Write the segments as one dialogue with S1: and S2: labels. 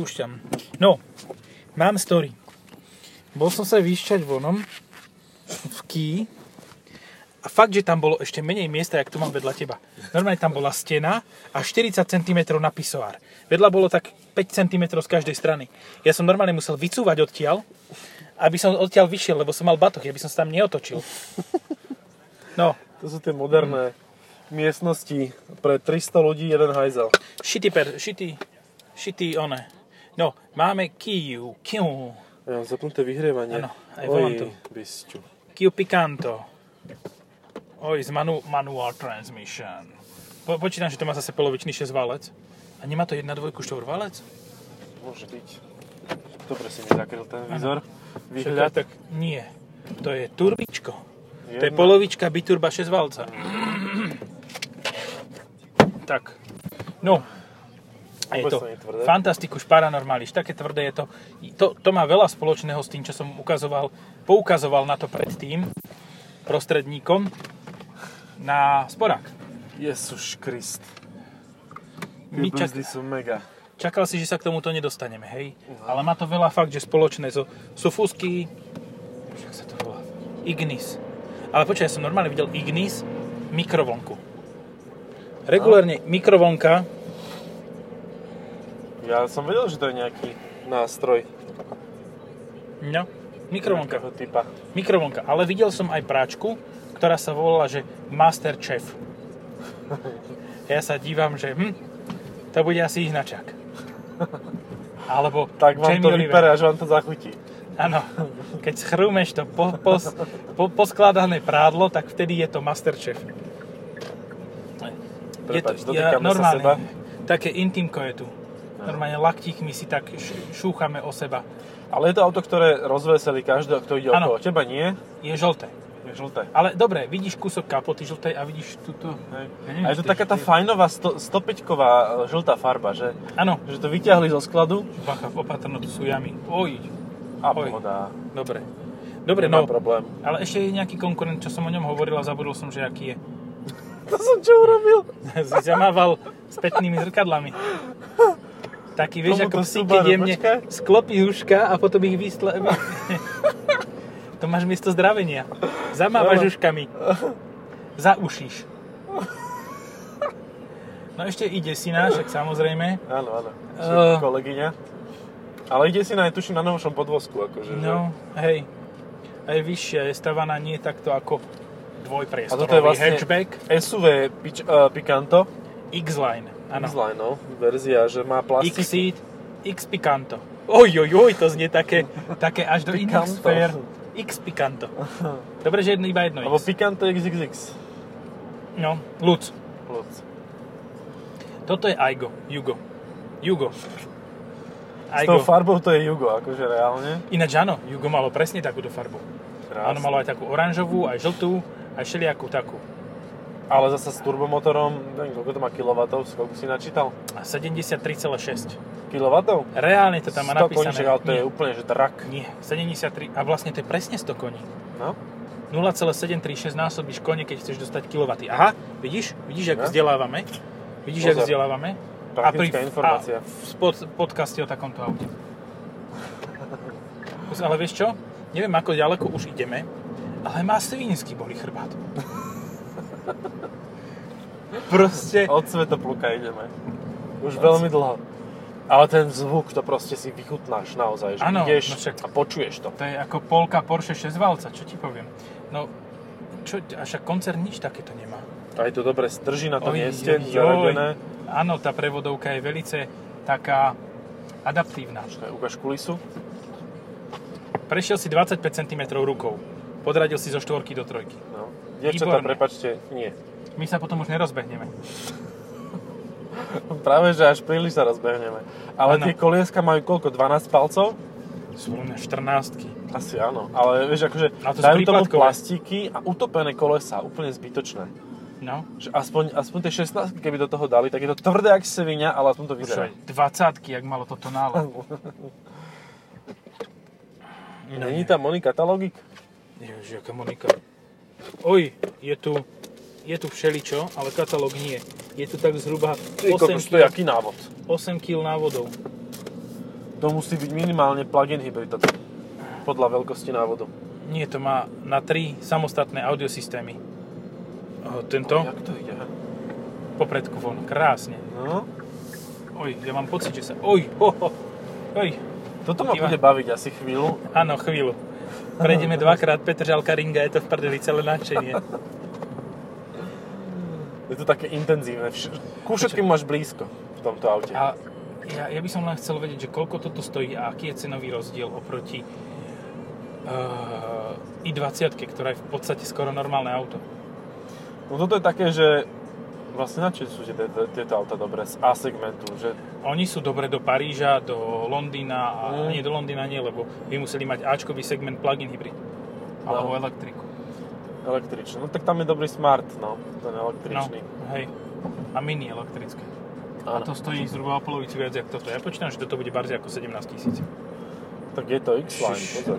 S1: Púšťam. No, mám story. Bol som sa vyšťať vonom v ký a fakt, že tam bolo ešte menej miesta, jak tu mám vedľa teba. Normálne tam bola stena a 40 cm na pisoár. Vedľa bolo tak 5 cm z každej strany. Ja som normálne musel vycúvať odtiaľ, aby som odtiaľ vyšiel, lebo som mal batoh, aby som sa tam neotočil. No,
S2: To sú tie moderné miestnosti pre 300 ľudí jeden hajzel.
S1: šity per, šity, šity one. No, máme Kiu, Kiu,
S2: Ja mám zapnuté vyhrievanie.
S1: Áno, aj volám tu.
S2: bysťu.
S1: Kiu Picanto. Oj, z manu, manual transmission. Po, počítam, že to má zase polovičný 6 válec. A nemá to 1, 2, 4 válec?
S2: Môže byť. Dobre si mi zakryl ten výzor.
S1: Čakaj,
S2: Výhľad.
S1: tak nie. To je turbičko. To je
S2: Jedna.
S1: polovička biturba 6 valca. tak. No. A je to
S2: Vôbec to nie je tvrdé.
S1: fantastiku paranormáliš. Také tvrdé je to. to. To má veľa spoločného s tým, čo som ukazoval, poukazoval na to predtým prostredníkom na sporák.
S2: Jezus Krist.
S1: My
S2: Tie
S1: čak-
S2: brzdy sú mega.
S1: čakal si, že sa k tomuto nedostaneme, hej?
S2: No.
S1: Ale má to veľa fakt, že spoločné. So, sú fúsky, však sa to volá, Ignis. Ale počkaj, ja som normálne videl Ignis mikrovlnku. Regulérne
S2: No.
S1: mikrovlnka,
S2: Ja som vedel, že to je nejaký nástroj
S1: no, mikrovlnka,
S2: takého typa.
S1: mikrovlnka. Ale videl som aj práčku, ktorá sa volala, že Master Chef. Ja sa dívam, že hm, to bude asi ihnačák. Alebo
S2: Tak vám
S1: Jamie
S2: to
S1: Oliver.
S2: vypere, až vám to zachutí.
S1: Áno, keď schrúmeš to po, pos, po, poskladané prádlo, tak vtedy je to Masterchef. Je
S2: Prepač,
S1: to,
S2: dotýkame sa
S1: normálne,
S2: seba.
S1: také intimko je tu. Normálne laktíkmi si tak š- šúchame o seba.
S2: Ale je to auto, ktoré rozveselí každého, kto ide
S1: Áno.
S2: okolo. Teba nie,
S1: Je žlté.
S2: je žlté.
S1: Ale dobre, vidíš kúsok kapoty žltej a vidíš túto...
S2: Hej.
S1: Ja neviem,
S2: A je
S1: či
S2: to
S1: to je
S2: taká tá
S1: žlté.
S2: fajnová 105-ková žltá farba, že?
S1: Áno,
S2: Že to vyťahli zo skladu
S1: bacha, opatrno, tu sú jamy. Oj,
S2: a
S1: Oj.
S2: pohoda.
S1: dobre. Dobre,
S2: Nemá
S1: no,
S2: problém.
S1: ale ešte je nejaký konkurent, čo som o ňom hovoril a zabudol som, že aký je.
S2: To som čo urobil?
S1: si zamával spätnými zrkadlami. Taký, vieš,
S2: Komu
S1: ako
S2: to
S1: psi,
S2: Subaru?
S1: keď jemne
S2: Počkaj.
S1: sklopí uška a potom ich vystle... to máš miesto zdravenia. Zamávaš
S2: Áno.
S1: uškami. Zaušíš. No ešte ide syna, však samozrejme.
S2: Áno, áno.
S1: Eh.
S2: Uh... Kolegyňa. Ale ide si na, tuším, na novšom podvozku, akože. že?
S1: No, hej. Aj vyššia je stavaná nie takto ako
S2: A toto je
S1: dvojpriestorový
S2: vlastne
S1: hatchback.
S2: SUV pič, uh, Picanto
S1: X-Line. Áno.
S2: s lineou verzia, že má plastiky.
S1: Xeed, X Picanto. Oj, oj, oj, to znie také, také až do iných
S2: Picanto.
S1: sfér. X Picanto. Dobre, že jedno, iba jedno
S2: Alebo
S1: X.
S2: Picanto XXX.
S1: No, Luc.
S2: Plus.
S1: Toto je Aigo, Jugo. Jugo.
S2: S tou
S1: Aigo.
S2: farbou to je Jugo, akože reálne.
S1: Ináč áno, Jugo malo presne takúto farbu. Ono malo aj takú oranžovú, aj žltú, aj všelijakú takú.
S2: Ale zase s turbomotorom, neviem, koľko to má kilovatov, koľko si načítal?
S1: A 73,6.
S2: Kilovatov?
S1: Reálne to tam má
S2: 100
S1: napísané.
S2: koníček, ale to
S1: nie,
S2: je úplne, že drak.
S1: nie, 73. A vlastne to je presne 100 koní.
S2: No,
S1: 0,736 násobíš kone, keď chceš dostať kilowaty. Aha, vidíš? Vidíš, ako
S2: Ja.
S1: vzdelávame? Vidíš, ako
S2: No. Pozor.
S1: vzdelávame?
S2: praktická
S1: A
S2: informácia.
S1: v spod, podcaste o takomto aute. Kus, Ale vieš čo? Neviem, ako ďaleko už ideme, ale má svinsky boli chrbát. Proste...
S2: Od Svetopluka ideme. Už veľmi dlho. Ale ten zvuk, to proste si vychutnáš naozaj, že
S1: Áno,
S2: ideš
S1: no však-
S2: a počuješ to.
S1: To je ako polka Porsche 6 valca, čo ti poviem. No, čo, a však koncern nič takéto nemá.
S2: Aj to dobre drží na tom
S1: Oj, oj,
S2: mieste,
S1: oj.
S2: zaradené.
S1: Áno, tá prevodovka je velice taká adaptívna.
S2: Aj Ukáž kulisu.
S1: Prešiel si 25 cm rukou. Podradil si zo štvorky do trojky.
S2: No. Dievčatá,
S1: Výborné.
S2: prepačte, nie.
S1: My sa potom už nerozbehneme.
S2: Práve, že až príliš sa rozbehneme. Ale
S1: Áno.
S2: tie kolieska majú koľko? 12 palcov?
S1: Sú len 14
S2: Asi áno. Ale vieš, akože
S1: Ale to sú
S2: dajú tomu
S1: prípadkové.
S2: plastiky a utopené kolesa. Úplne zbytočné.
S1: No,
S2: Že aspoň, aspoň tie 16 keby do toho dali, tak je to tvrdé jak sevinia, ale aspoň to vyzerá.
S1: počúvaj, 20 ak malo toto nále.
S2: Není tam Monika Talogik?
S1: Ježiš, aká Monika. Oj, je tu, je tu všeličo, ale katalóg nie. Je tu tak zhruba
S2: Ty,
S1: 8
S2: kokos, to je
S1: kg,
S2: aký návod.
S1: 8 kg návodov.
S2: To musí byť minimálne plug-in hybrid, toto. podľa veľkosti návodu.
S1: Nie, to má na tri samostatné audiosystémy. O,
S2: To?
S1: Tento,
S2: Jak to ide?
S1: popredku von, krásne.
S2: No,
S1: Oj, ja mám pocit, že sa... Oj, ho, ho. Oj,
S2: toto ma
S1: Iva.
S2: bude baviť asi chvíľu.
S1: áno, chvíľu. Prejdeme dvakrát Petr Žalka ringa, je to v prdeli celé nadšenie.
S2: Je to také intenzívne. Vš- Ku všetkým máš blízko v tomto aute.
S1: A ja, ja by som len chcel vedieť, že koľko toto stojí a aký je cenový rozdiel oproti uh, i20, ktorá je v podstate skoro normálne auto.
S2: No toto je také, že vlastne na čo sú tie- tie- tieto auta dobré z A segmentu, že
S1: Oni sú dobre do Paríža, do Londýna, a
S2: Mm.
S1: nie do Londýna nie, lebo by museli mať Ačkový segment plug-in hybrid. Alebo
S2: No.
S1: elektriku.
S2: električné. No tak tam je dobrý smart, no, ten
S1: No,
S2: električný.
S1: hej. A mini elektrické.
S2: Áno.
S1: To stojí zhruba o polovicu viac ako toto. Ja počítam, že toto bude barzi ako 17 tisíc.
S2: Tak je to X-Line,
S1: Šiš.
S2: pozor.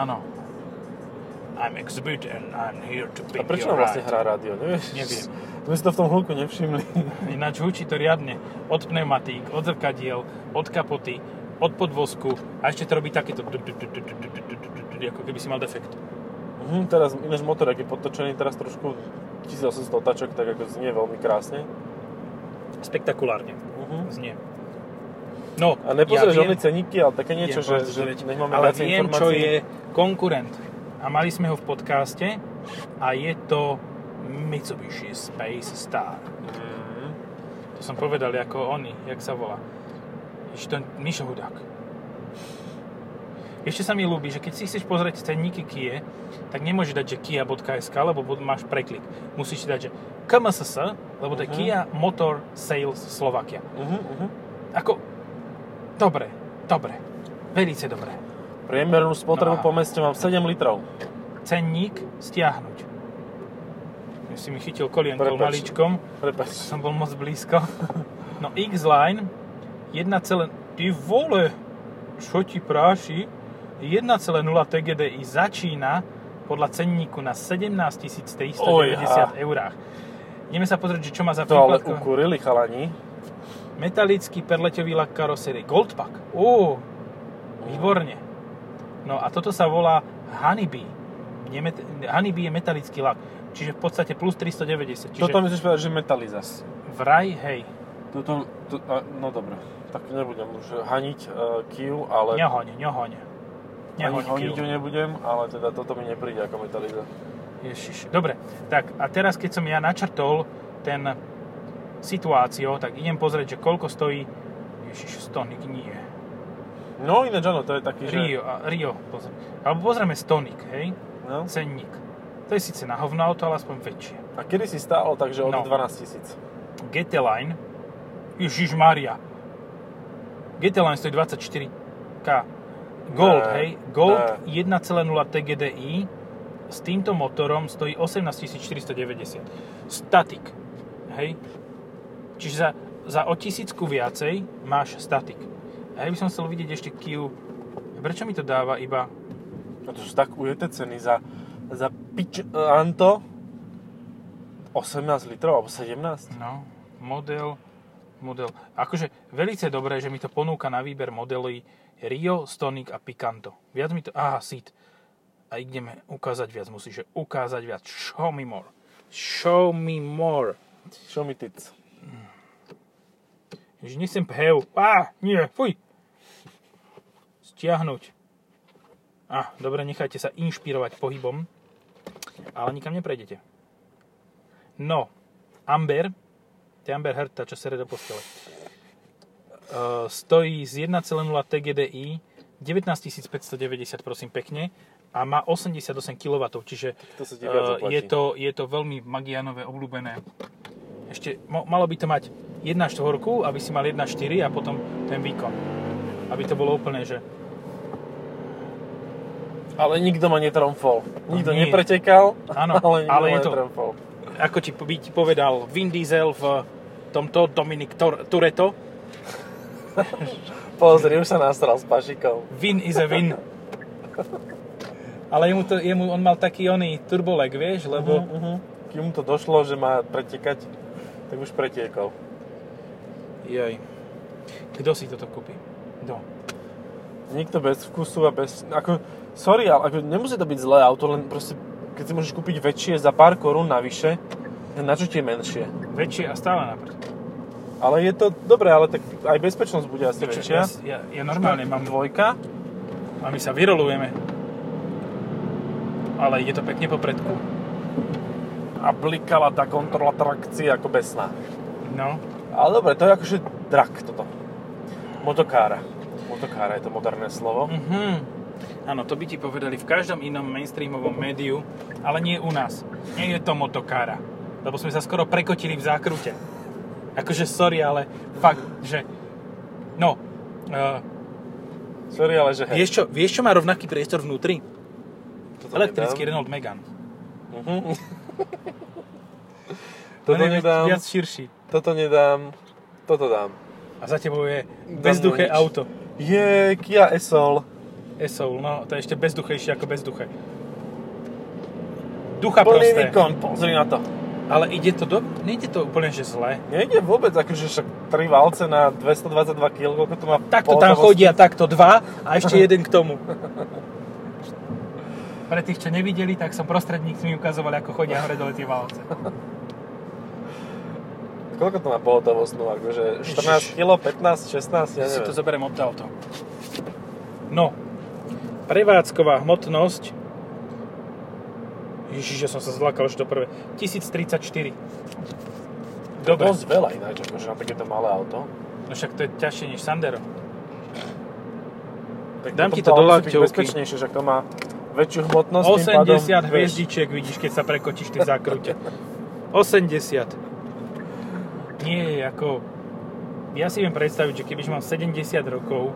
S1: Áno. I'm exhibit and I'm here to be
S2: A prečo nám vlastne hrá rádio, nevieš?
S1: Neviem.
S2: My si to v tom hluku nevšimli.
S1: Ináč hučí to riadne. Od pneumatík, od zrkadiel, od kapoty, od podvozku a ešte to robí takéto du- du- du- du- du- du- du- du- du- du- du- ako keby si mal defekt.
S2: Mhm, teraz ináč motor, ak je podtočený, teraz trošku 1800 otáčok, tak ako znie veľmi krásne.
S1: Spektakulárne.
S2: Mhm.
S1: Znie. No,
S2: A nepozeráš
S1: ja
S2: ja
S1: viem,
S2: ceníky, ale také niečo,
S1: viem,
S2: že,
S1: povedať,
S2: že
S1: veď-
S2: nech máme
S1: ale
S2: viacej
S1: viem, čo
S2: informácií.
S1: je konkurent. A mali sme ho v podcaste a je to Mitsubishi Space Star.
S2: Mhm.
S1: To som povedal ako oni, jak sa volá. Ešte to Mišo Hudák. Ešte sa mi ľúbi, že keď si chceš pozrieť cenníky Kia, tak nemôžeš dať, že kia.sk, lebo bod- máš preklik. Musíš si dať, že KMSS, lebo to je
S2: Mhm.
S1: Kia Motor Sales Slovakia.
S2: Mhm, mhm.
S1: Ako, dobre, dobre, velice dobre.
S2: Priemernú
S1: No
S2: spotrebu
S1: a-
S2: po meste mám 7 litrov.
S1: Cenník stiahnuť. Ja si mi chytil kolienko
S2: Prepač.
S1: maličkom,
S2: Prepač.
S1: som bol moc blízko. No X-Line 1,0... Ty vole, čo ti práši? 1,0 TGDI začína podľa cenníku na 17 390
S2: Ojha.
S1: eurách. Ideme sa pozrieť, že čo má za
S2: To No, ale
S1: príplatko.
S2: ukurili chalani.
S1: Metalický perleťový lak karosérie. Goldpack. Ó, výborne. No a toto sa volá Honeybee. Nemet- Honeybee je metalický lak. Čiže v podstate plus 390. Čiže
S2: Toto myslíš povedať, že metalizas.
S1: vraj, hej,
S2: Toto, to, a, no dobre, tak nebudem už haniť uh, Kiu, ale
S1: nehoň, nehoň.
S2: ani
S1: Nehoň,
S2: honiť
S1: Kiu.
S2: ju nebudem, ale teda toto mi nepríde ako metaliza.
S1: Ježiš. Dobre, tak a teraz keď som ja načrtol ten situáciu, tak idem pozrieť, že koľko stojí Ježiš, stonik nie.
S2: No ináč áno, to je taký, že...
S1: Rio, a, Rio, pozri. Alebo pozrieme stonik, hej,
S2: No.
S1: cenník. To je síce na hovno auto, ale aspoň väčšie.
S2: A kedy si stálo, takže
S1: No.
S2: od 12 tisíc.
S1: GT Line, Ježiš Maria. GT Line stojí 24K. Gold,
S2: Ne,
S1: hej, Gold 1.0 TGDI s týmto motorom stojí 18 490. Statik, hej. Čiže za, za o tisícku viacej máš statik. A ja by som chcel vidieť ešte Q. Prečo mi to dáva iba...
S2: A No to sú tak ujete ceny za, za pič e, Anto. 18 litrov, alebo 17?
S1: No, model, model. Akože velice dobré, že mi to ponúka na výber modely Rio, Stonic a Picanto. Viac mi to... Aha, sit. A ideme ukázať viac. Musíš že ukázať viac. Show me more. Show me more.
S2: Čo mi tic?
S1: Že nechcem phev. Á, nie, fuj. Stiahnuť. Á, dobre, nechajte sa inšpirovať pohybom, ale nikam neprejdete. No, Amber, to je Amber Heard, tá, čo sere do postele, Eh, stojí z 1,0 TGDI 19 590, prosím pekne, a má 88 kW, čiže
S2: To sa ti
S1: eh,
S2: viac oplatí.
S1: je, to, je to veľmi Magianové obľúbené ešte mo- malo by to mať 1 štvorku, aby si mal 1 4 a potom ten výkon. Aby to bolo úplne, že
S2: Ale nikto ma netromfol. Nikto
S1: nie.
S2: nepretekal,
S1: Áno,
S2: ale nikto
S1: ale
S2: ma
S1: je to-
S2: netromfol.
S1: ako ti by ti povedal Vin Diesel v tomto Dominic Tor- Toretto,
S2: Pozri, už sa nasral s pašikou.
S1: Vin is a win. Ale jemu, to, jemu on mal taký oný turbolek, vieš, lebo
S2: Uh-huh, uh-huh. Kým mu to došlo, že má pretekať, tak už pretiekol.
S1: Joj. Kto si toto kúpi? Kto?
S2: Niekto bez vkusu a bez... Ako, sorry, ale ako, nemusí to byť zlé auto, len proste, keď si môžeš kúpiť väčšie za pár korún navyše, tak na čo tie menšie?
S1: Väčšie a stále na prd.
S2: Ale je to dobré, ale tak aj bezpečnosť bude asi
S1: Čo,
S2: väčšia.
S1: Ja, ja, ja normálne mám
S2: Dvojka,
S1: a my sa vyrolujeme. Ale ide to pekne po predku.
S2: a blikala tá kontrola trakcie ako besná.
S1: No,
S2: Ale dobre, to je akože drak toto. Motokára. Motokára je to moderné slovo.
S1: Mhm. Áno, to by ti povedali v každom inom mainstreamovom médiu, ale nie u nás. Nie je to motokára. Lebo sme sa skoro prekotili v zákrute. Akože sorry, ale fakt, že... No, uh,
S2: Sorry, ale že hej.
S1: vieš, čo, vieš, čo má rovnaký priestor vnútri?
S2: toto
S1: Elektrický
S2: nedám.
S1: Renault Megane.
S2: Mhm.
S1: Len
S2: Toto
S1: je
S2: nedám,
S1: viac širší.
S2: toto nedám, toto dám.
S1: A za tebou je
S2: Dám
S1: bezduché
S2: mu nič.
S1: auto.
S2: Je Kia Esol.
S1: Esoul, no, to je ešte bezduchejšie ako bezduché. Ducha
S2: Plný
S1: prosté.
S2: výkon, pozri na to.
S1: Ale ide to do... Nejde to úplne, že zle.
S2: Nejde vôbec, akože však 3 valce na 222 kg, koľko to má
S1: Takto tam
S2: pohotovosti.
S1: chodia, takto dva a ešte jeden k tomu. Pre tých, čo nevideli, tak som prostredník mi ukazoval, ako chodia hore dole tie valce.
S2: Koľko to má pohotovostnú, akože
S1: Ježiš.
S2: 14 kg, 15, 16,
S1: Ja
S2: ja
S1: si to
S2: neviem.
S1: zoberiem od auto. No, prevádzková hmotnosť Ježiš, ja som sa zlakal už to prvé. 1034. Dobre.
S2: Dosť veľa ináč, akože na takéto malé auto.
S1: No však to je ťažšie než Sandero.
S2: Tak
S1: Dám
S2: potom
S1: ti to do
S2: auto musí byť
S1: lakťovky.
S2: bezpečnejšie, že to má väčšiu hmotnosť. tým
S1: 80
S2: pádom, vieš,
S1: hviezdičiek vidíš, keď sa prekočíš tie zákrute. 80. Nie, ako... Ja si viem predstaviť, že keď už mám 70 rokov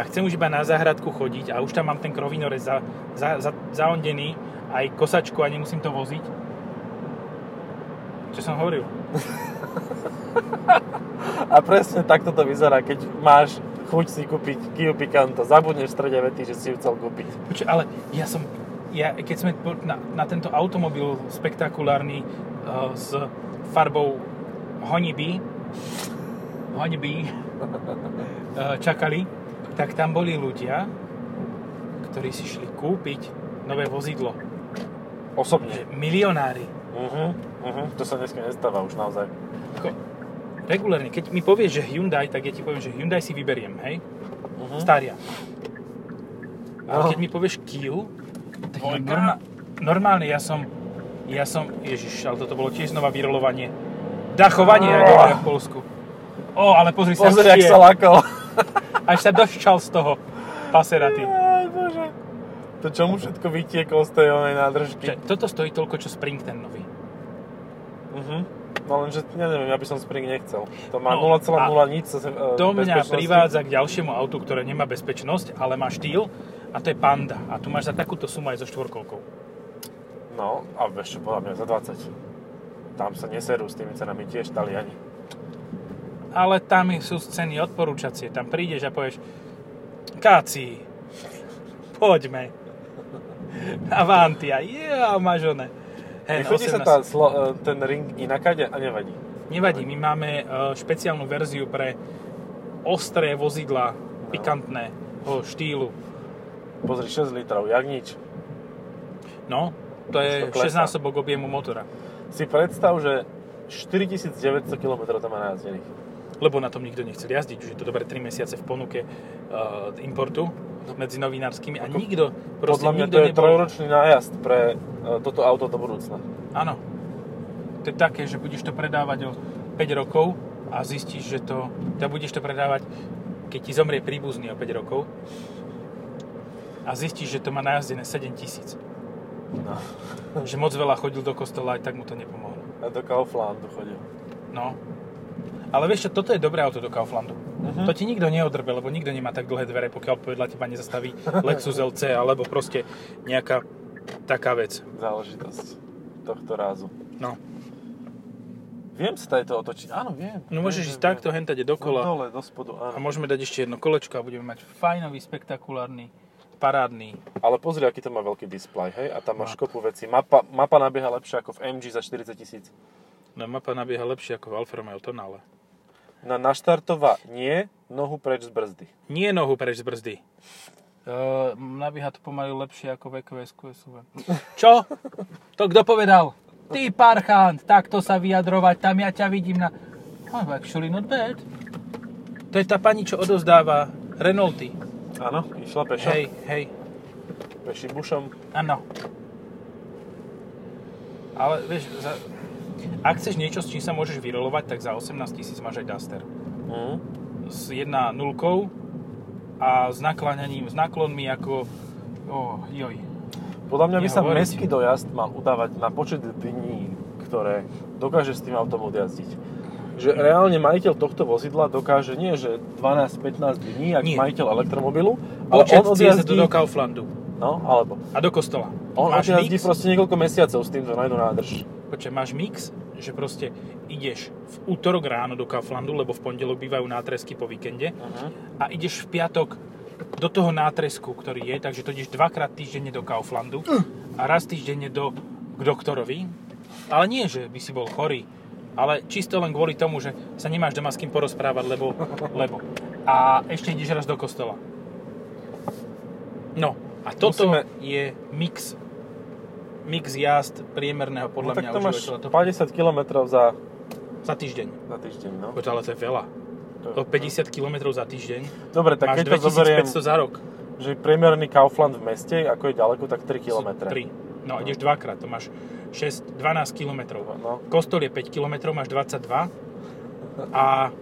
S1: a chcem už iba na záhradku chodiť a už tam mám ten krovinorez za, za, za, zaondený, aj kosačku a nemusím to voziť. Čo som hovoril?
S2: A presne takto to vyzerá, keď máš chuť si kúpiť Kia Picanto, zabudneš v strede vety, že si ju chcel kúpiť.
S1: Počuť, ale ja som... Ja, keď sme po- na, na tento automobil spektakulárny uh, s farbou honibí, honibí uh, čakali, tak tam boli ľudia, ktorí si šli kúpiť nové vozidlo.
S2: Osobne.
S1: Že milionári.
S2: Uh-huh, uh-huh. To sa dneska nestáva už naozaj.
S1: Ako, regulárne, keď mi povieš, že Hyundai, tak ja ti poviem, že Hyundai si vyberiem, hej?
S2: Uh-huh.
S1: Staria. Ale
S2: Áno.
S1: keď mi povieš Kiu, tak ja
S2: Dvojka?
S1: normá- normálne ja som, ja som, ježiš, ale toto bolo tiež znova vyrolovanie. Dachovanie, ako hovoria v Polsku. O, ale pozri sa,
S2: Pozri,
S1: jak
S2: jak sa lakol.
S1: až sa doščal z toho paseraty.
S2: Aj, bože. To čo mu všetko vytieklo z tej onej nádržky.
S1: Že toto stojí toľko, čo Spring ten nový.
S2: Uh-huh. No lenže, ja neviem, ja by som Spring nechcel. To má
S1: No,
S2: 0,0 nič. sa- e,
S1: To mňa
S2: bezpečnosti.
S1: privádza k ďalšiemu autu, ktoré nemá bezpečnosť, ale má štýl a to je Panda. A tu máš za takúto sumu aj so štvorkolkou.
S2: No, a vieš čo, podľa mňa za 20. Tam sa neserú s tými cenami tiež Taliani.
S1: ale tam sú ceny odporúčacie. Tam prídeš a povieš, Káci, poďme. Avantia, yeah, máš one. Hen,
S2: Nechodí sa
S1: 18.
S2: tá, slo, e, ten ring inakade a nevadí.
S1: Nevadí, my máme e, špeciálnu verziu pre ostré vozidla, pikantného štýlu.
S2: Pozri, 6 litrov, jak nič.
S1: No, to je
S2: To
S1: 6
S2: klesá.
S1: násobok objemu motora,
S2: Si predstav, že 4900 km to má najazdených.
S1: lebo na tom nikto nechcel jazdiť. Už je to dobre 3 mesiace v ponuke e, importu medzi novinárskymi a
S2: No. Ako-
S1: nikto, proste
S2: Podľa mňa
S1: nikto
S2: to je
S1: nebol-
S2: trojročný nájazd pre e, toto auto do budúcna.
S1: Áno. To je také, že budeš to predávať o 5 rokov a zistíš, že to... Teda budeš to predávať, keď ti zomrie príbuzný o 5 rokov a zistíš, že to má najazdené 7 tisíc.
S2: No.
S1: Že moc veľa chodil do kostola, aj tak mu to nepomohlo.
S2: A E, do Kauflandu chodil.
S1: No. Ale vieš čo, toto je dobré auto do Kauflandu.
S2: Mhm.
S1: To ti nikto neodrbe, lebo nikto nemá tak dlhé dvere, pokiaľ povedla teba nezastaví Lexus LC alebo proste nejaká taká vec.
S2: Záležitosť tohto rázu.
S1: No.
S2: Viem sa tady to otočiť. Áno, viem.
S1: No môžeš
S2: Viem,
S1: ísť
S2: viem,
S1: takto,
S2: viem.
S1: hentade
S2: No,
S1: dokola.
S2: dole, do spodu, áno.
S1: A môžeme dať ešte jedno kolečko a budeme mať fajnový, spektakulárny, parádny.
S2: Ale pozri, aký to má veľký display, hej? A tam
S1: Má.
S2: máš kopu veci. Mapa, mapa nabieha lepšie ako v MG za 40 tisíc.
S1: No mapa nabieha lepšie ako v Alfa Romeo Tonale.
S2: Na naštartovanie nohu preč z brzdy.
S1: Nie nohu preč z brzdy. Uh, nabíha to pomaly lepšie ako VQS QSUV. Čo? To kto povedal? Ty parchant, takto sa vyjadrovať, tam ja ťa vidím na... Oh, actually not bad. To je tá pani, čo odozdáva Renaulty.
S2: Áno, išla pešo.
S1: Hej, hej,
S2: Peším bušom.
S1: áno. no. Ale vieš, za... ak chceš niečo, s čím sa môžeš vyrolovať, tak za 18 tisíc máš aj Duster.
S2: Mm.
S1: s 1.0 a s nakláňaním, s náklonmi ako... Oh, joj.
S2: Podľa mňa by sa
S1: Nehovoriť.
S2: mestský dojazd mal udávať na počet dní, ktoré dokáže s tým autom odjazdiť. Že reálne majiteľ tohto vozidla dokáže nie, že 12-15 dní, ako
S1: Nie.
S2: majiteľ elektromobilu, ale
S1: Počet
S2: on
S1: ciest
S2: odjazdí,
S1: do Kauflandu
S2: no, alebo
S1: a do kostola.
S2: on
S1: máš
S2: odjazdí
S1: mix,
S2: proste niekoľko mesiacov s týmto na jednu nádrž.
S1: počkaj, máš mix, že proste ideš v útorok ráno do Kauflandu, lebo v pondelok bývajú nátresky po víkende
S2: Mhm.
S1: a ideš v piatok do toho nátresku, ktorý je, takže to ideš dvakrát týždenne do Kauflandu a raz týždenne do, k doktorovi. Ale nie, že by si bol chorý, ale čisto len kvôli tomu, že sa nemáš doma s kým porozprávať, lebo, lebo. A ešte ideš raz do kostola. No, a toto
S2: Musíme-
S1: je mix mix jazd priemerného
S2: No,
S1: podľa
S2: tak
S1: mňa
S2: to máš
S1: užívateľa to...
S2: 50 km za,
S1: za týždeň.
S2: za týždeň, no.
S1: Poď, ale to je veľa. To 50 km za týždeň.
S2: Dobre, tak
S1: máš
S2: keď to zoberiem,
S1: 2500 za rok.
S2: že priemerný Kaufland v meste, ako je ďaleko, tak 3 km.
S1: 3. No, ideš dvakrát, to máš 6, 12 kilometrov.
S2: No.
S1: Kostol je 5 kilometrov, máš 22. A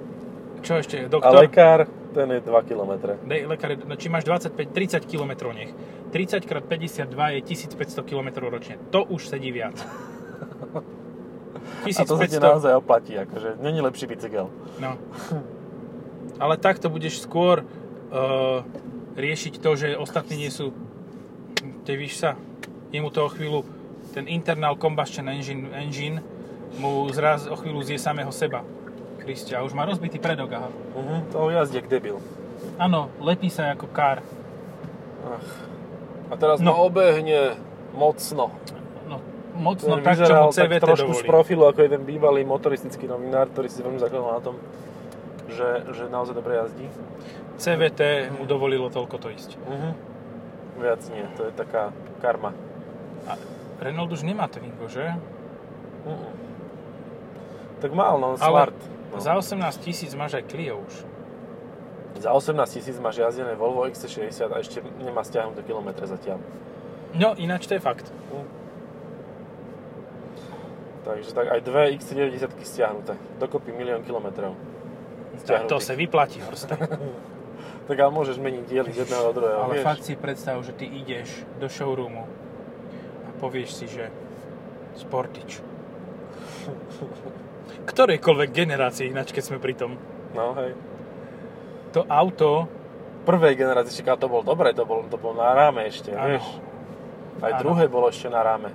S1: čo ešte,
S2: A
S1: doktor?
S2: lekár, ten je 2 km.
S1: Ne, lekár, je- no, či máš 25, 30 km nech. 30 x 52 je 1500 km ročne. To už sedí viac.
S2: A to sa ti
S1: 1500,
S2: naozaj oplatí, akože není lepší bicykel.
S1: no. Ale takto budeš skôr uh, riešiť to, že ostatní nie sú... Ty víš sa, je mu to o chvíľu ten internal combustion engine, engine mu zraz o chvíľu zje samého seba. Kristia, už má rozbitý predok, aha.
S2: Uh-huh. To jazdie k debil.
S1: Áno, lepí sa ako kár.
S2: A teraz
S1: No.
S2: no. obehne mocno.
S1: No, moc,
S2: Ten
S1: no tak, čo mu CVT
S2: tak trošku
S1: dovolí.
S2: z profilu, ako jeden bývalý motoristický novinár, ktorý si veľmi zakladal na tom, že, že naozaj dobre jazdí.
S1: CVT mu dovolilo toľko to ísť.
S2: Uh-huh. Viac nie, to je taká karma.
S1: Renault už nemá Twingo, že?
S2: Uh-uh. Tak mal, no,
S1: Ale
S2: smart. No.
S1: za 18 tisíc máš aj Clio už.
S2: Za 18 tisíc máš jazdené Volvo XC60 a ešte nemá stiahnuté kilometre zatiaľ.
S1: No, ináč to je fakt.
S2: Takže tak aj dve XC90 stiahnuté. Dokopy milión kilometrov.
S1: Tak to
S2: Stiahnutých.
S1: sa vyplatí, Horste.
S2: Tak ale môžeš meniť diely z jedného do druhého,
S1: Ale
S2: vieš?
S1: fakt si predstav, že ty ideš do showroomu a povieš si, že Sportič. Ktorejkoľvek generácie, ináč keď sme pri tom.
S2: No, hej.
S1: To auto,
S2: Prvej generácii čeká, to bol dobre, to bol, to bol na ráme ešte,
S1: Áno.
S2: vieš? Aj
S1: Áno. Mhm.
S2: druhé bolo ešte na ráme.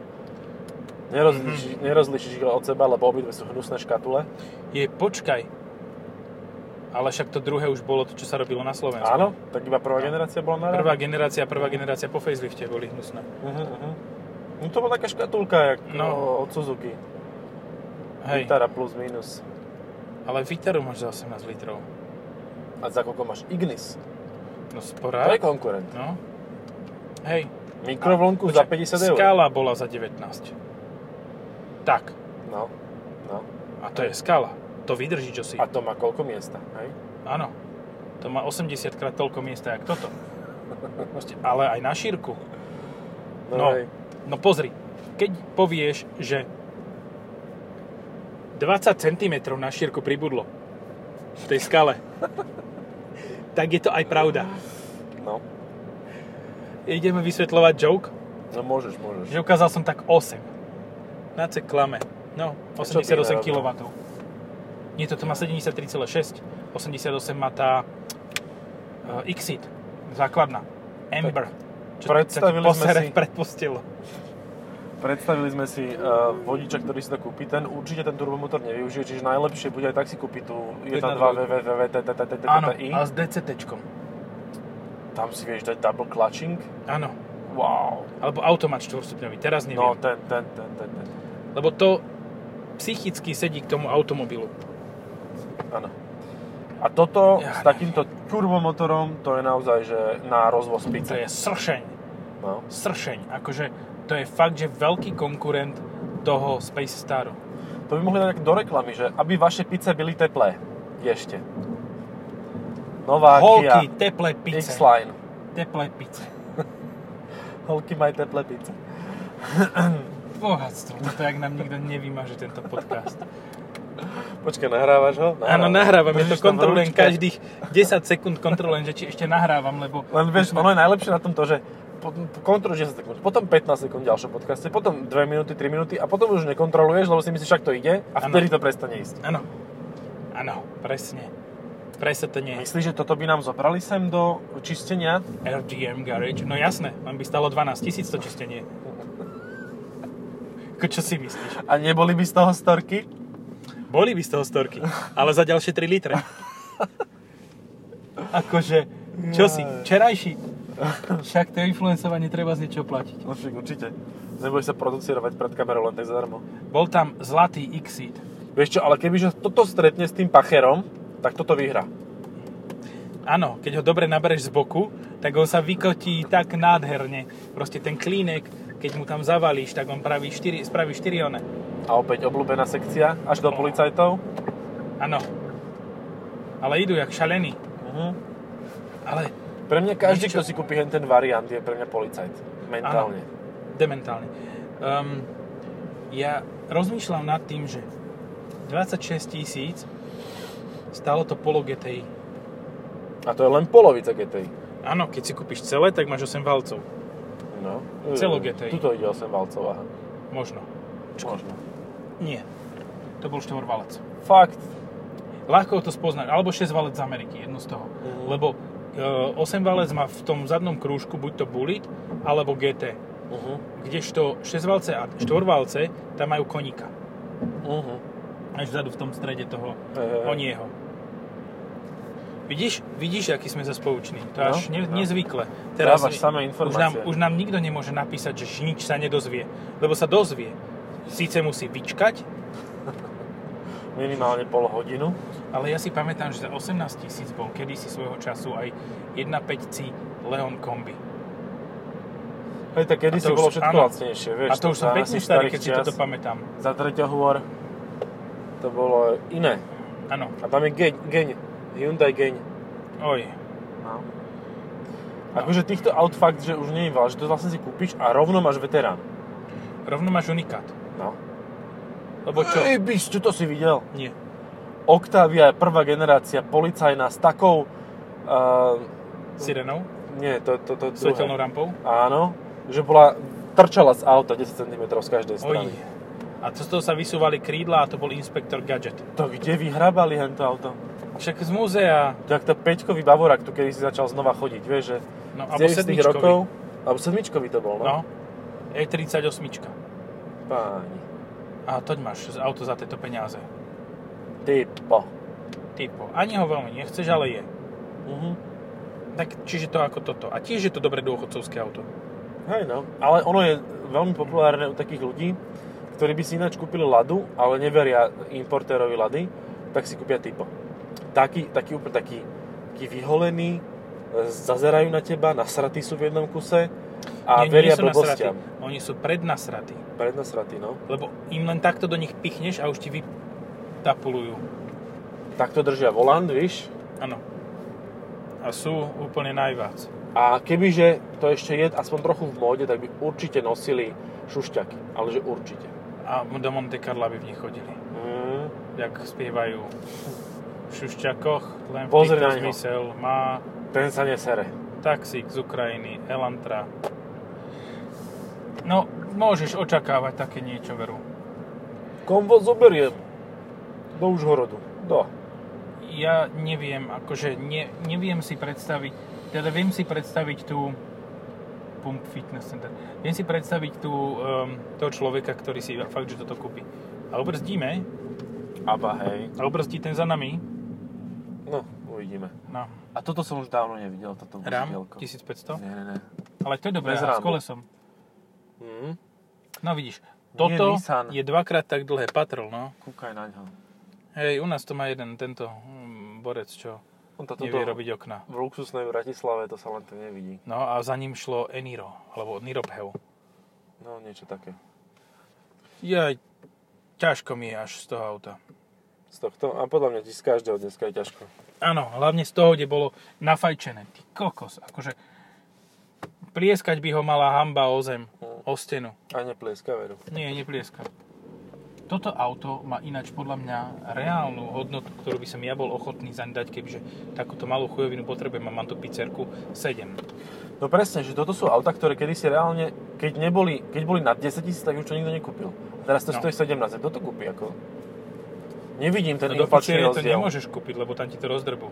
S2: Nerozlišíš, nerozlišíš ich od seba, lebo obidve sú hnusné škatule.
S1: je počkaj. Ale však to druhé už bolo to, čo sa robilo na Slovensku.
S2: Áno, tak iba prvá generácia bola na ráme.
S1: Prvá generácia, prvá generácia po facelifte boli hnusné.
S2: Uh-huh, uh-huh. No to bola taká škatulka, jak
S1: No.
S2: no. od Suzuki.
S1: Hej,
S2: Vitara plus minus.
S1: ale Vitaru máš za 18 litrov.
S2: A za koľko máš Ignis?
S1: No
S2: To
S1: sporá.
S2: je konkurent.
S1: No. Hej.
S2: Mikrovlnku za 50 eur.
S1: Skala bola za 19. Tak.
S2: No, no.
S1: A to je skala. To vydrží, čo si.
S2: A to má koľko miesta, hej?
S1: Áno. To má 80 krát toľko miesta, jak toto. Proste, ale aj na šírku. No.
S2: hej.
S1: No pozri, keď povieš, že 20 cm na šírku pribudlo v tej skale, tak je to aj pravda.
S2: no.
S1: Ideme vysvetľovať joke,
S2: No môžeš, môžeš.
S1: že ukázal som tak 8. Na ce klame. No,
S2: A čo ty
S1: 88
S2: narobil?
S1: kW. Nie, toto má 73,6. 88 má tá uh, Xit, základná. Amber.
S2: predstavili sme si-
S1: pred postelo.
S2: Predstavili sme si uh, vodiča, ktorý si to kúpi, ten určite ten turbomotor nevyužije, čiže najlepšie bude aj tak si kúpiť tú 1.2
S1: Áno,
S2: VVVVTTTTTI.
S1: a s DCTčkom.
S2: Tam si vieš dať double clutching.
S1: Áno.
S2: Wow.
S1: Alebo automat 4-stupňový, teraz neviem.
S2: No, ten, ten, ten, ten, ten.
S1: Lebo to psychicky sedí k tomu automobilu.
S2: Áno. A toto
S1: Ja
S2: ja, s takýmto turbomotorom, to je naozaj že na rozvoz
S1: To
S2: pice.
S1: je sršeň.
S2: No.
S1: Sršeň. Akože to je fakt, že veľký konkurent toho Space Staru.
S2: To by mohli dať do reklamy, že aby vaše pice byli teplé. Ešte. Nová
S1: Holky,
S2: Kia
S1: teplé pice.
S2: X-Line.
S1: Teplé pice.
S2: Holky majú teplé pice.
S1: Bohatstvo. Toto, jak nám nikto nevymaže tento podcast.
S2: Počkaj, nahrávaš ho?
S1: Áno, nahrávam, ja to
S2: Držíš tam
S1: kontrolujem
S2: ručke.
S1: každých 10 sekúnd, kontrolujem, že či ešte nahrávam, lebo...
S2: Len vieš, ono je najlepšie na tom to, že po- po- kontroluješ 10 sekúnd, potom 15 sekúnd v ďalšom podcaste, potom 2 minúty, 3 minúty a potom už nekontroluješ, lebo si myslíš, však to ide a
S1: Áno.
S2: vtedy to prestane ísť.
S1: Áno, áno, presne. Presne to nie je
S2: Myslíš, že toto by nám zobrali sem do čistenia?
S1: RGM Garage. No jasné, vám by stalo 12 tisíc to čistenie. Ako čo si myslíš?
S2: A neboli by z toho storky?
S1: Boli by z toho storky, ale za ďalšie 3 litre. Akože, čo si, včerajší? Však to influencovanie treba z niečo platiť.
S2: No však určite. Nebudeš sa producírovať pred kamerou len tak zadarmo.
S1: Bol tam zlatý Xid.
S2: Vieš čo, ale kebyže toto stretne s tým pacherom, tak toto vyhra.
S1: Áno, keď ho dobre nabereš z boku, tak on sa vykotí tak nádherne. Proste ten klínek, keď mu tam zavalíš, tak on praví 4, spraví 4 one.
S2: A opäť obľúbená sekcia, až do policajtov.
S1: Áno. Ale idú jak šalení. Ale
S2: Mhm. Pre mňa každý,
S1: Vieš čo?
S2: kto si kúpi hen ten variant, je pre mňa policajt. Mentálne.
S1: dementálne. Um, ja rozmýšľam nad tým, že 26 tisíc stálo to polo GTI.
S2: A to je len polovica GTI.
S1: Áno, keď si kúpiš celé, tak máš 8 valcov.
S2: No.
S1: Celo GTI.
S2: Tuto ide 8 valcov, aha.
S1: Možno.
S2: Možno.
S1: Nie. To bol štvorvalec.
S2: Fakt.
S1: ľahko to spoznať, alebo 6 valec z Ameriky, jedno z toho.
S2: Mhm.
S1: Lebo e, 8 valec má v tom zadnom krúžku buď to Bullet, alebo GT.
S2: Uh-huh.
S1: Kdežto 6 valce a 4 valce, tam majú koníka.
S2: Uh-huh.
S1: Až vzadu v tom strede toho
S2: Hej, hej, hej.
S1: onieho. Vidíš, vidíš, aký sme zase pouční. To je
S2: No,
S1: až ne,
S2: no.
S1: nezvykle.
S2: Dávaš samé
S1: Už
S2: informácie.
S1: nám, už nám nikto nemôže napísať, že nič sa nedozvie. Lebo sa dozvie. Síce musí vyčkať,
S2: Minimálne pol hodinu.
S1: Ale ja si pamätám, že za 18 tisíc bol kedysi svojho času aj 1.5 Leon kombi.
S2: Hej, tak
S1: A
S2: kedy
S1: to
S2: si
S1: už-
S2: bolo všetko
S1: áno.
S2: lacnejšie, vieš.
S1: A to už som
S2: za
S1: pekne
S2: našich
S1: starý,
S2: starých
S1: keď si
S2: čias.
S1: toto pamätám.
S2: Za treťohôr to bolo iné.
S1: Áno,
S2: A tam je geň, geň. Hyundai geň.
S1: oj.
S2: No. Akože týchto aut fakt, že už nie je veľa, že to vlastne si kúpiš a rovno máš veterán.
S1: Rovno máš unikát.
S2: No.
S1: Lebo čo?
S2: Ej, bič, čo to si videl?
S1: Nie.
S2: Octavia je prvá generácia policajná s takou... Uh,
S1: Sirenou?
S2: nie, to, to, to, to
S1: Svetelnou rampou?
S2: Áno, že bola trčala z auta 10 cm z každej
S1: Oj.
S2: strany. Oj.
S1: A to z toho sa vysúvali krídla a to bol inspektor Gadget.
S2: To kde vyhrabali hento auto?
S1: Však z múzea.
S2: To jak to Peťkový Bavorák, tu kedy si začal znova chodiť, vieš, že
S1: No, alebo
S2: z 90.
S1: sedmičkový.
S2: rokov, alebo sedmičkový to bol, no?
S1: No. E38.
S2: Páni,
S1: A toď máš z auto za tieto peniaze.
S2: typo.
S1: Typo. Ani ho veľmi nechceš, ale je.
S2: Mhm.
S1: Tak, čiže to ako toto. A tiež je to dobré dôchodcovské auto.
S2: Hej, no. Ale ono je veľmi populárne u takých ľudí, ktorí by si ináč kúpili Ladu, ale neveria importérovi Lady, tak si kúpia typo. Taký, taký úplne taký, taký vyholený, e, zazerajú na teba, nasratí sú v jednom kuse
S1: Nie,
S2: a
S1: nie
S2: veria
S1: sú nasratí.
S2: blbostiam.
S1: Oni sú prednasratí.
S2: Prednasratí, no.
S1: Lebo im len takto do nich pichneš a už ti vytapulujú.
S2: Takto držia volant, víš?
S1: Áno. A sú úplne najviac.
S2: A kebyže to ešte je aspoň trochu v móde, tak by určite nosili šušťaky. Ale že určite.
S1: A do Monte Carla by v nich chodili.
S2: Mm.
S1: Jak spievajú v šušťakoch, len
S2: Pozri
S1: v týchto
S2: na neho.
S1: zmysel má
S2: Ten sa nesere.
S1: taxík z Ukrajiny, Elantra. No, môžeš očakávať také niečo, veru.
S2: Komvo zoberiem. Do Užhorodu. Do.
S1: Ja neviem, akože ne, neviem si predstaviť, teda viem si predstaviť tú Pump Fitness Center. Viem si predstaviť tú, um, toho človeka, ktorý si fakt, že toto kúpi. A obrzdíme,
S2: Aba, hej.
S1: a obrzdí ten za nami
S2: No, uvidíme.
S1: na
S2: A toto som už dávno nevidel, toto
S1: RAM
S2: vozidielko.
S1: 1500.
S2: Nie, nie, nie.
S1: Ale to je dobré,
S2: Bez
S1: a s
S2: rámu.
S1: kolesom.
S2: Mm.
S1: No vidíš,
S2: Nie,
S1: toto
S2: Nissan.
S1: je dvakrát tak dlhé patrol, no.
S2: Kúkaj na ňo.
S1: Hej, u nás to má jeden tento mm, borec, čo
S2: On táto
S1: nevie robiť okna.
S2: v luxusnej Bratislave, to sa len to nevidí.
S1: No a za ním šlo Eniro, alebo Nirophev.
S2: No, niečo také.
S1: Ja, ťažko mi je až z toho auta.
S2: Z tohto, a podľa mňa ti z každého dneska je ťažko.
S1: Áno, hlavne z toho, kde bolo nafajčené. Ty kokos, akože plieskať by ho mala hamba o zem, o stenu.
S2: A neplieska, veru.
S1: Nie, neplieska. Toto auto má ináč podľa mňa reálnu hodnotu, ktorú by som ja bol ochotný zaň dať, kebyže takúto malú chujovinu potrebujem a mám tu pizzerku 7.
S2: No presne, že toto sú auta, ktoré kedysi reálne, keď, neboli, keď boli nad 10 tisíc, tak už to nikto nekúpil. A teraz to
S1: No.
S2: stojí 17, tak kto to kúpi ako? Nevidím ten
S1: No do
S2: inflačný
S1: pizzérie to
S2: rozdiel.
S1: nemôžeš kúpiť, lebo tam ti to rozdrbú.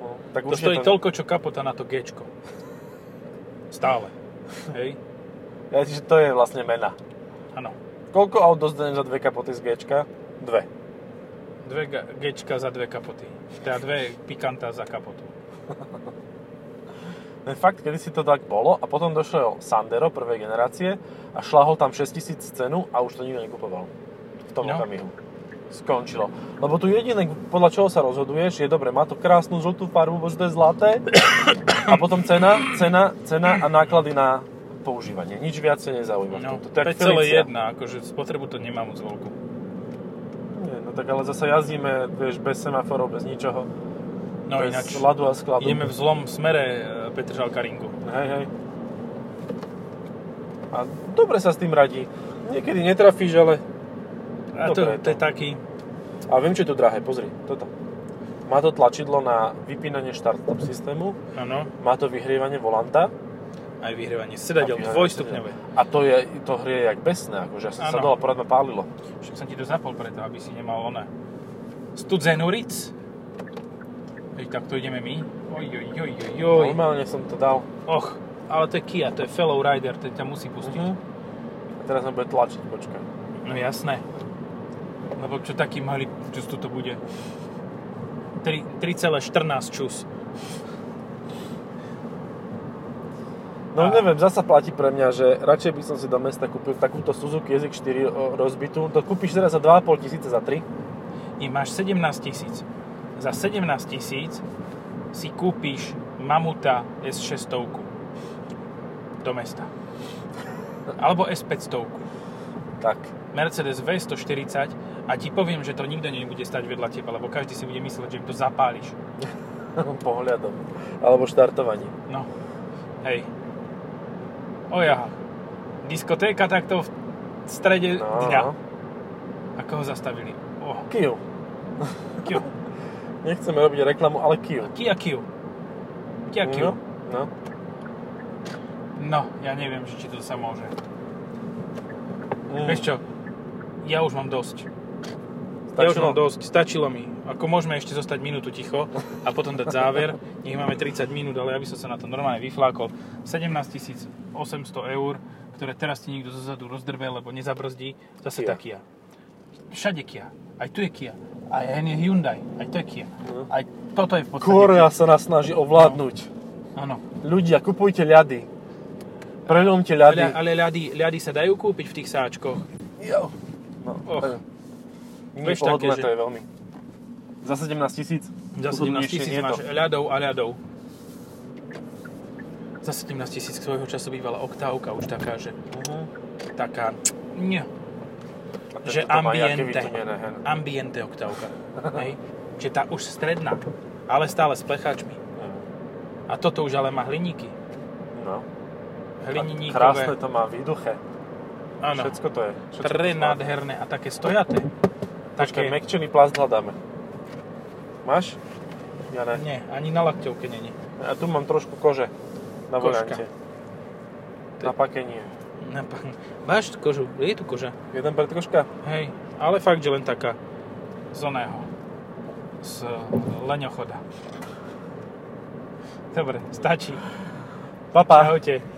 S2: No, tak
S1: To
S2: určite
S1: stojí
S2: to-
S1: toľko, čo kapota na to gečko. Stále. Hej?
S2: Ja, že to je vlastne mena.
S1: Áno.
S2: Koľko aut dostanem za dve kapoty z Gčka? Dve.
S1: Dve ga- gečka za dve kapoty. Teda dve pikanta za kapotu.
S2: Ten fakt, kedy si to tak bolo a potom došiel Sandero prvej generácie a šlahol tam 6000 cenu a už to nikto nekupoval. V tom
S1: No.
S2: okamihu. Skončilo. Lebo tu jediné, podľa čoho sa rozhoduješ, je dobre, má to krásnu žltú farbu, bože to je zlaté a potom cena, cena, cena a náklady na používanie. Nič viac sa nezaujíma. v
S1: No,
S2: tomto. To je jak Felicia.
S1: 5,1, akože spotrebu to nemá moc veľkú.
S2: Nie, No tak ale zase jazdíme, vieš, bez semaforov, bez ničoho.
S1: No
S2: bez
S1: ináč,
S2: ľadu a skladu.
S1: ideme v zlom smere e, Petržalka ringu.
S2: Hej, hej. A dobre sa s tým radí. Niekedy netrafíš, ale...
S1: A to,
S2: Dobre,
S1: to je
S2: no.
S1: taký,
S2: A viem, čo je tu drahé, pozri, toto. Má to tlačidlo na vypínanie start-stop systému,
S1: áno,
S2: má to vyhrievanie volanta
S1: aj vyhrievanie sedadiel,
S2: A vyhrievanie
S1: dvojstupňové.
S2: a to, je, to hrie jak besné, akože ja som sa
S1: Áno.
S2: dole porad ma pálilo.
S1: Však som ti to zapol preto, aby si nemal ona. Studzenuric. Veď tak to ideme my. Oj, oj, oj, oj, oj.
S2: Normálne som to dal.
S1: Och, ale to je Kia, to je fellow rider, to ťa musí pustiť.
S2: Mhm. A teraz ma bude tlačiť, počkaj.
S1: No jasné. Lebo čo taký malý čus tu to bude? Tri- 3,14 čus. A-
S2: No neviem, zasa platí pre mňa, že radšej by som si do mesta kúpil takúto Suzuki SX4 o- rozbitú. To kúpiš teraz za 2,5 tisíce za 3.
S1: Nie, máš 17 tisíc. Za 17 tisíc si kúpiš Mamuta S600 do mesta. Alebo S500.
S2: Tak.
S1: Mercedes V140 a ti poviem, že to nikto nebude stať vedľa teba, lebo každý si bude mysleť, že im to zapáliš.
S2: pohľadom. Alebo štartovaním.
S1: No, hej. Ojaha. Diskotéka takto v strede dňa.
S2: No.
S1: Ako ho zastavili? Oh,
S2: Kiu.
S1: Kiu.
S2: Nechceme robiť reklamu, ale Kiu.
S1: Kia Kiu. Kia Kiu.
S2: No, no.
S1: No, ja neviem, že či to sa môže.
S2: Mm. no.
S1: Vieš čo? Ja už mám dosť. Ja už
S2: Stačilo?
S1: mám dosť. Stačilo mi. Ako môžeme ešte zostať minútu ticho a potom dať záver. Nech máme 30 minút, ale ja by som sa na to normálne vyflákol. 17 800 eur, ktoré teraz ti niekto zozadu rozdrbe, lebo nezabrzdí. Zase
S2: Kia.
S1: tá Kia. Všade Kia. Aj tu je Kia. Aj hen je Hyundai. Aj to je Kia.
S2: No.
S1: Aj toto je v podstate
S2: Korea sa nás snaží ovládnuť.
S1: Kia. Áno.
S2: Ľudia, kupujte ľady. Prelomte ľady.
S1: Ale, ale ľady, ľady sa dajú kúpiť v tých sáčkoch.
S2: Jo. No,
S1: Och.
S2: eh,
S1: Vieš
S2: nepohodlné
S1: také, že-
S2: to je veľmi. Za 17 tisíc?
S1: Za 17 tisíc máš eh, ľadov a ľadov. Za 17 tisíc svojho času bývala oktávka už taká, že
S2: Mhm.
S1: taká, nie, že ambiente. ambiente oktávka. Hej? Čiže tá už stredná, ale stále s plecháčmi. A toto už ale má hliníky.
S2: No. A
S1: Hliníkové.
S2: Krásne to má výduche.
S1: áno.
S2: Všetko to je. Všetko
S1: Tre
S2: to má.
S1: nádherné a také stojaté.
S2: Počkaj,
S1: Také,
S2: mekčený plast hľadáme. Máš? Ja ne.
S1: nie, ani na lakťovke není.
S2: A tu mám trošku kože na
S1: Kožka.
S2: volante. Na pakenie.
S1: Na pa- Máš kožu, je tu koža.
S2: Jeden predkožka?
S1: Hej, ale fakt, že len taká z oného, z leňochoda. Dobre, stačí.
S2: Papa.
S1: Čaute.